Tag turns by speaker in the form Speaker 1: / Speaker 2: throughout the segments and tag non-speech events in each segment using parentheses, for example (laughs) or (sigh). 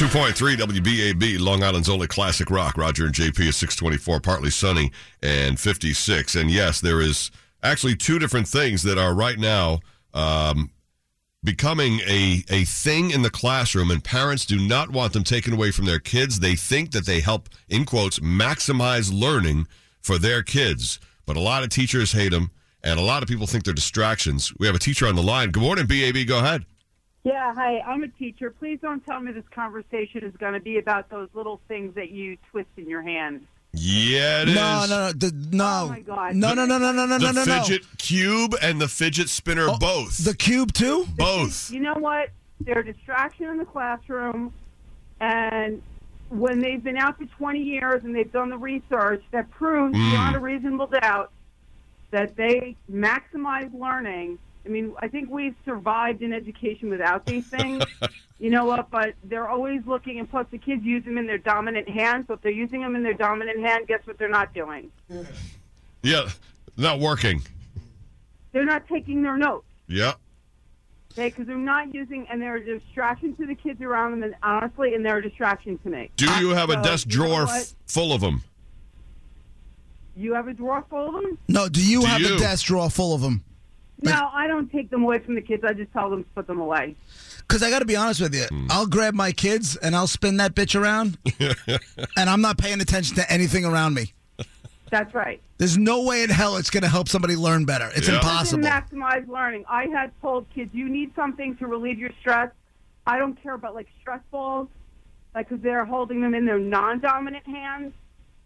Speaker 1: 102.3 WBAB, Long Island's only classic rock. Roger and JP is 624, partly sunny and 56. And yes, there is actually two different things that are right now um, becoming a, a thing in the classroom, and parents do not want them taken away from their kids. They think that they help, in quotes, maximize learning for their kids. But a lot of teachers hate them, and a lot of people think they're distractions. We have a teacher on the line. Good morning, BAB. Go ahead.
Speaker 2: Yeah, hi. I'm a teacher. Please don't tell me this conversation is going to be about those little things that you twist in your hands.
Speaker 1: Yeah, it is.
Speaker 3: No, no, no, the, no.
Speaker 2: Oh, my God.
Speaker 3: No, no, no, no, no, no,
Speaker 1: the
Speaker 3: no, no,
Speaker 1: fidget cube and the fidget spinner
Speaker 3: no.
Speaker 1: both.
Speaker 3: The cube too?
Speaker 1: both.
Speaker 2: You know what? They're a distraction in the classroom, and when they've been out for 20 years and they've done the research that proves beyond a reasonable doubt that they maximize learning. I mean, I think we've survived in education without these things. you know what? But they're always looking, and plus the kids use them in their dominant hand. So if they're using them in their dominant hand, guess what they're not doing?
Speaker 1: Yeah, not working.
Speaker 2: They're not taking their notes.
Speaker 1: Yeah.
Speaker 2: Okay, because they're not using, and they're a distraction to the kids around them, and honestly, and they're a distraction to me.
Speaker 1: Do you have a
Speaker 3: Uh,
Speaker 2: So,
Speaker 1: desk
Speaker 2: you know
Speaker 1: drawer
Speaker 2: what?
Speaker 1: f- full of them?
Speaker 2: You have a drawer full of them?
Speaker 3: No, do you
Speaker 1: Do
Speaker 3: have
Speaker 1: you?
Speaker 3: a desk drawer full of them?
Speaker 2: No, I don't take them away from the kids. I just tell them to put them away.
Speaker 3: Because I got to be honest with you,
Speaker 1: Hmm.
Speaker 3: I'll grab my kids and I'll spin that bitch
Speaker 1: (laughs)
Speaker 3: around, and I'm not paying attention to anything around me.
Speaker 2: That's right.
Speaker 3: There's no way in hell it's going to help somebody learn better. It's
Speaker 1: Yeah.
Speaker 2: To
Speaker 3: impossible.
Speaker 2: maximize learning. I had told kids, you need something to relieve your stress. I don't care about like stress balls, like because they're holding them in their non-dominant hands.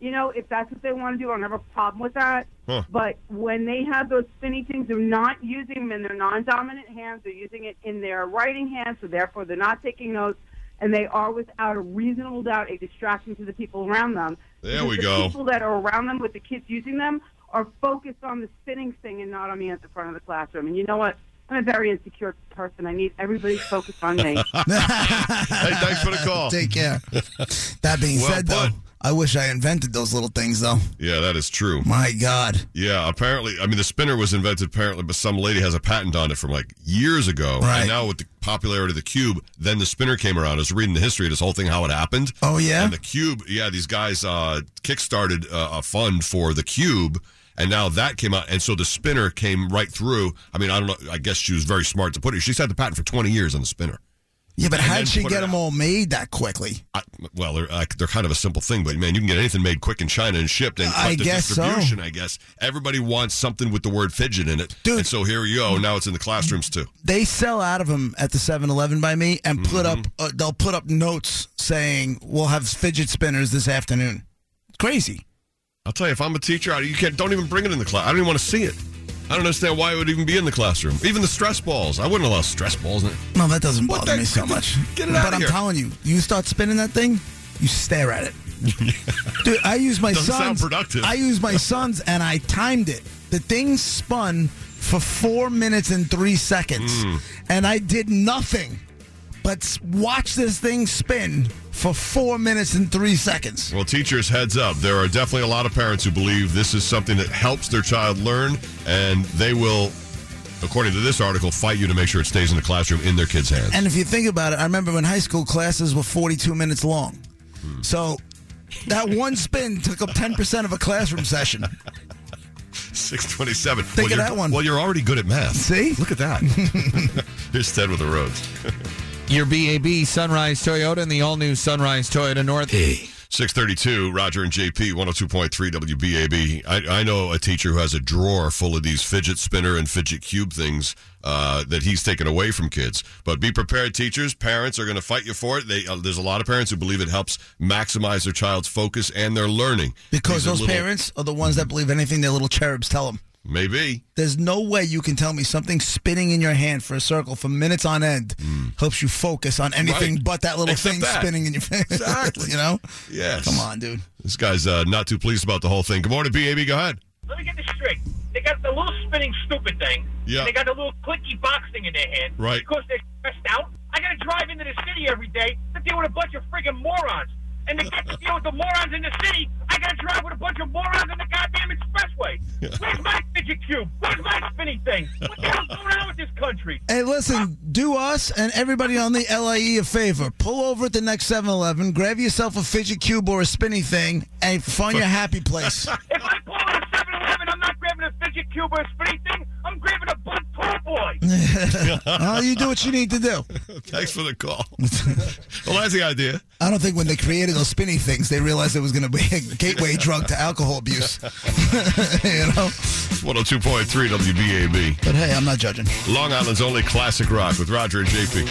Speaker 2: You know, if that's what they want to do, I don't have a problem with that.
Speaker 1: Huh.
Speaker 2: But when they have those spinny things, they're not using them in their non-dominant hands. They're using it in their writing hand, so therefore they're not taking notes, and they are without a reasonable doubt a distraction to the people around them.
Speaker 1: There we
Speaker 2: the
Speaker 1: go.
Speaker 2: People that are around them with the kids using them are focused on the spinning thing and not on me at the front of the classroom. And you know what? I'm a very insecure person. I need everybody focused
Speaker 1: (laughs)
Speaker 2: on me.
Speaker 1: Hey, thanks
Speaker 3: (laughs)
Speaker 1: for the call. (laughs)
Speaker 3: Take care. That being
Speaker 1: Well
Speaker 3: said, though,
Speaker 1: put.
Speaker 3: I wish I invented those little things, though.
Speaker 1: yeah, that is true.
Speaker 3: My God.
Speaker 1: Yeah, apparently, I mean, the spinner was invented apparently, but some lady has a patent on it from like years ago.
Speaker 3: Right.
Speaker 1: And now with the popularity of the cube, then the spinner came around. I was reading the history of this whole thing, how it happened.
Speaker 3: Oh, yeah?
Speaker 1: And the cube, yeah, these guys uh, kickstarted uh, a fund for the cube, and now that came out, and so the spinner came right through. I mean, I don't know. I guess she was very smart to put it. She's had the patent for twenty years on the spinner.
Speaker 3: Yeah, but
Speaker 1: And then
Speaker 3: how'd she
Speaker 1: put it
Speaker 3: get them
Speaker 1: out.
Speaker 3: all made that quickly?
Speaker 1: I, well, they're uh, they're kind of a simple thing, but man, you can get anything made quick in China and shipped. And
Speaker 3: I
Speaker 1: but the
Speaker 3: guess so.
Speaker 1: distribution, I guess everybody wants something with the word fidget in it.
Speaker 3: Dude.
Speaker 1: and so here you go. Now it's in the classrooms too.
Speaker 3: they sell out of them at the 7-Eleven by me and put up
Speaker 1: Mm-hmm.
Speaker 3: uh, they'll put up notes saying we'll have fidget spinners this afternoon. Crazy.
Speaker 1: I'll tell you, if I'm a teacher, I, you can't. Don't even bring it in the class. I don't even want to see it. I don't understand why it would even be in the classroom. Even the stress balls. I wouldn't allow stress balls. In it.
Speaker 3: No, that doesn't
Speaker 1: What
Speaker 3: bother
Speaker 1: the-
Speaker 3: me so much.
Speaker 1: (laughs) Get it
Speaker 3: but
Speaker 1: outta
Speaker 3: I'm
Speaker 1: here.
Speaker 3: telling you, you start spinning that thing, you stare
Speaker 1: (laughs)
Speaker 3: at it. Dude, I use my
Speaker 1: Doesn't sound
Speaker 3: son's.
Speaker 1: productive.
Speaker 3: I use
Speaker 1: (laughs)
Speaker 3: my son's, and I timed it. The thing spun for four minutes and three seconds,
Speaker 1: Hmm.
Speaker 3: and I did nothing but s- watch this thing spin for four minutes and three seconds.
Speaker 1: Well, teachers, heads up. There are definitely a lot of parents who believe this is something that helps their child learn, and they will, according to this article, fight you to make sure it stays in the classroom in their kids' hands.
Speaker 3: And if you think about it, I remember when high school classes were 42 minutes long.
Speaker 1: Hmm.
Speaker 3: So that one spin took up 10% of a classroom session.
Speaker 1: 627.
Speaker 3: Think of
Speaker 1: you're-
Speaker 3: that one.
Speaker 1: Well, you're already good at math.
Speaker 3: See?
Speaker 1: Look at that.
Speaker 3: (laughs)
Speaker 1: Here's Ted with the roads.
Speaker 4: Your BAB Sunrise Toyota and the all new Sunrise Toyota North.
Speaker 1: 632, Roger and JP, 102.3 WBAB. I, I know a teacher who has a drawer full of these fidget spinner and fidget cube things uh, that he's taken away from kids. But be prepared, teachers. Parents are going to fight you for it. They, uh, there's a lot of parents who believe it helps maximize their child's focus and their learning.
Speaker 3: Because
Speaker 1: These are
Speaker 3: those
Speaker 1: little-
Speaker 3: parents are the ones that believe anything their little cherubs tell them.
Speaker 1: Maybe.
Speaker 3: There's no way you can tell me something spinning in your hand for a circle for minutes on end helps you focus on anything
Speaker 1: Hmm. Right.
Speaker 3: but that little
Speaker 1: Except
Speaker 3: thing
Speaker 1: that.
Speaker 3: spinning in your (laughs) face.
Speaker 1: Exactly.
Speaker 3: you know?
Speaker 1: Yes.
Speaker 3: Come on, dude.
Speaker 1: This guy's uh, not too pleased about the whole thing. Good morning, BAB. Go ahead. (laughs)
Speaker 5: let me get this straight. They got the little spinning stupid thing.
Speaker 1: Yeah.
Speaker 5: and they got the little clicky box thing in their hand.
Speaker 1: Right.
Speaker 5: Because they're stressed out. I got to drive into the city every day to deal with a bunch of friggin' morons. And to get to deal with the morons in the city, I I got to drive with a bunch of morons on the goddamn expressway. Where's my fidget cube? Where's my spinning thing? What the hell's going on with this country?
Speaker 3: Hey, listen, do us and everybody on the LAE a favor. Pull over at the next 7 Eleven, grab yourself a fidget cube or a spinny thing, and find your happy place. (laughs)
Speaker 5: If I pull out a 7 Eleven, I'm not grabbing a fidget cube or a spinning thing. I'm grabbing a blunt tall boy.
Speaker 3: well, Uh, you do what you need to do.
Speaker 1: Thanks for the
Speaker 3: (laughs)
Speaker 1: call. well, that's the idea.
Speaker 3: I don't think when they created those spinny things, they realized it was going to be a gateway drug to alcohol abuse. (laughs) you know?
Speaker 1: It's 102.3 WBAB.
Speaker 3: But hey, I'm not judging.
Speaker 1: Long Island's only classic rock with Roger and JP.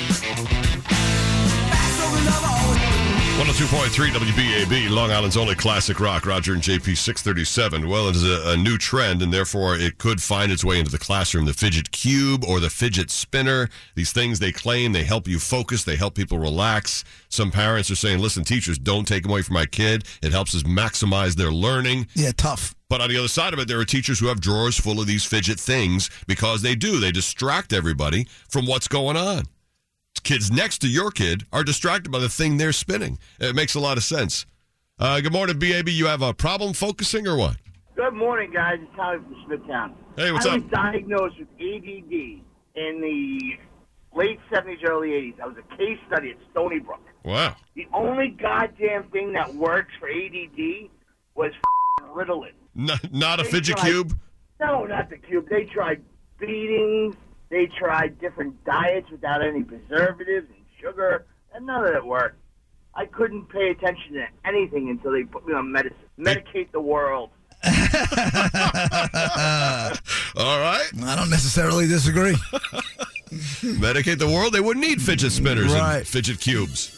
Speaker 1: 102.3 WBAB, Long Island's only classic rock, Roger and JP 637. Well, it is a, a new trend, and therefore it could find its way into the classroom. The fidget cube or the fidget spinner, these things they claim they help you focus, they help people relax. Some parents are saying, listen, teachers, don't take them away from my kid. It helps us maximize their learning.
Speaker 3: Yeah, tough.
Speaker 1: But on the other side of it, there are teachers who have drawers full of these fidget things because they do. They distract everybody from what's going on. Kids next to your kid are distracted by the thing they're spinning. It makes a lot of sense. Uh, good morning, BAB. You have a problem focusing or what?
Speaker 6: Good morning, guys. It's Howie from Smithtown.
Speaker 1: Hey, what's
Speaker 6: I
Speaker 1: up?
Speaker 6: was diagnosed with ADD in the late 70s, early 80s. I was a case study at Stony Brook.
Speaker 1: Wow.
Speaker 6: The only goddamn thing that works for ADD was f***ing Ritalin.
Speaker 1: Not, not a
Speaker 6: They
Speaker 1: fidget
Speaker 6: tried-
Speaker 1: cube?
Speaker 6: No, not the cube. They tried beatings. They tried different diets without any preservatives and sugar, and none of it worked. I couldn't pay attention to anything until they put me on medicine. Medicate the world.
Speaker 1: All right.
Speaker 3: I don't necessarily disagree.
Speaker 1: Medicate the world, they wouldn't need fidget spinners and
Speaker 3: Right.
Speaker 1: fidget cubes.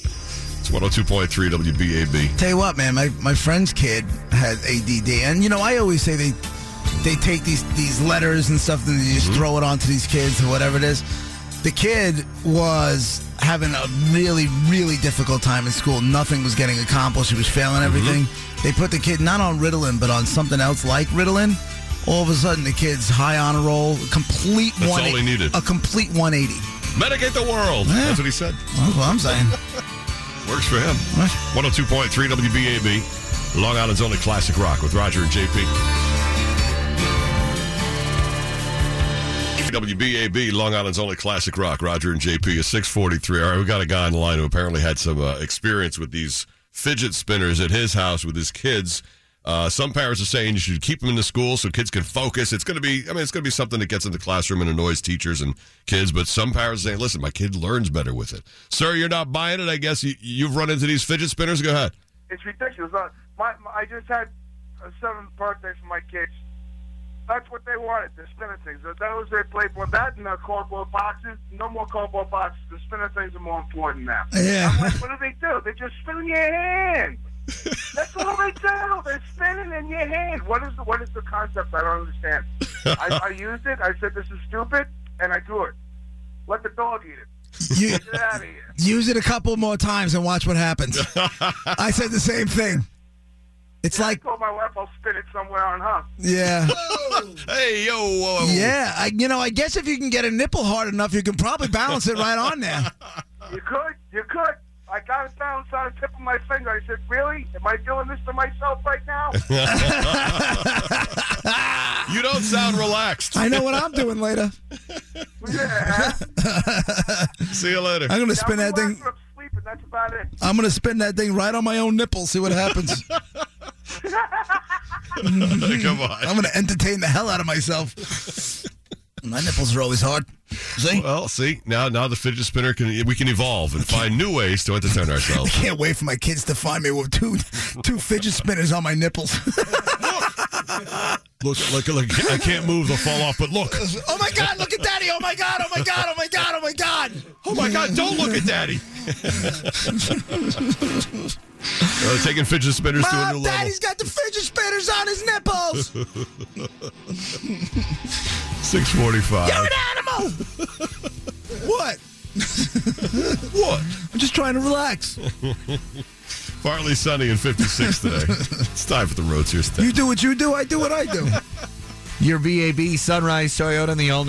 Speaker 1: (laughs) It's 102.3 WBAB.
Speaker 3: Tell you what, man, my, my friend's kid had ADD, and you know I always say they they take these these letters and stuff and they just
Speaker 1: Mm-hmm.
Speaker 3: throw it onto these kids or whatever it is. The kid was having a really really difficult time in school. Nothing was getting accomplished. He was failing
Speaker 1: Mm-hmm.
Speaker 3: everything. They put the kid not on Ritalin but on something else like Ritalin. All of a sudden, the kid's high on a roll, a complete
Speaker 1: That's
Speaker 3: one.
Speaker 1: all he needed.
Speaker 3: A complete 180.
Speaker 1: Medicate the world.
Speaker 3: Yeah.
Speaker 1: That's what he said.
Speaker 3: That's what
Speaker 1: (laughs)
Speaker 3: I'm saying.
Speaker 1: Works for him. 102.3 WBAB, Long Island's only classic rock with Roger and JP. WBAB, Long Island's only classic rock. Roger and JP is 643. All right, we got a guy in line who apparently had some uh, experience with these fidget spinners at his house with his kids. Uh, some parents are saying you should keep them in the school so kids can focus. It's going to be, I mean, it's going to be something that gets in the classroom and annoys teachers and kids. But some parents say, listen, my kid learns better with it. Sir, you're not buying it. I guess you, you've run into these fidget spinners. Go ahead.
Speaker 7: It's ridiculous. Uh, my, my, I just had a seventh birthday for my kids. That's what they wanted, the spinner things. That that was their play for that and the cardboard boxes. No more cardboard boxes. The spinner things are more important now.
Speaker 3: Yeah.
Speaker 7: I'm like, what do they do? They just spin in your hand. That's all they do. They're spinning in your hand. What is the, what is the concept? I don't understand. I, I used it. I said, this is stupid, and I threw it. Let the dog eat it.
Speaker 3: You,
Speaker 7: Get out of here.
Speaker 3: Use it a couple more times and watch what happens. I said the same thing. It's like,
Speaker 7: Told my wife I'll spin it somewhere on her.
Speaker 3: yeah,
Speaker 1: Hey, yo. Whoa, whoa.
Speaker 3: yeah. I, you know, I guess if you can get a nipple hard enough, you can probably balance it right on there.
Speaker 7: You could, you could. I got it down on the tip of my finger. I said, "Really? Am I doing this to myself
Speaker 3: (laughs)
Speaker 7: right now?"
Speaker 1: You don't sound relaxed.
Speaker 3: I know what I'm doing later.
Speaker 7: yeah.
Speaker 1: See you (laughs) later.
Speaker 3: I'm gonna spin that thing.
Speaker 7: I'm sleeping. That's about it.
Speaker 3: I'm gonna spin that thing right on my own nipple. See what happens.
Speaker 1: Come
Speaker 3: I'm
Speaker 1: on.
Speaker 3: gonna entertain the hell out of myself. My nipples are always hard. See,
Speaker 1: Well, see, now now the fidget spinner can we can evolve and find new ways to entertain ourselves.
Speaker 3: can't wait for my kids to find me with two two fidget spinners on my nipples.
Speaker 1: (laughs)
Speaker 3: (laughs)
Speaker 1: Look, look, look! I can't move; they'll fall off. But look!
Speaker 3: oh my god! Look at Daddy! Oh my god! Oh my god! Oh my god! Oh my god!
Speaker 1: Oh my God! Don't look at (laughs) Daddy. Uh, taking fidget spinners to a new
Speaker 3: Mom,
Speaker 1: level.
Speaker 3: Daddy's got the fidget spinners on his nipples. You're
Speaker 1: Six forty-five.
Speaker 3: an animal. what?
Speaker 1: What?
Speaker 3: I'm just trying to relax.
Speaker 1: Partly sunny and fifty-six (laughs) today. it's time for the road here.
Speaker 3: You do what you do. I do what I do.
Speaker 4: Your BAB Sunrise Toyota and the all new.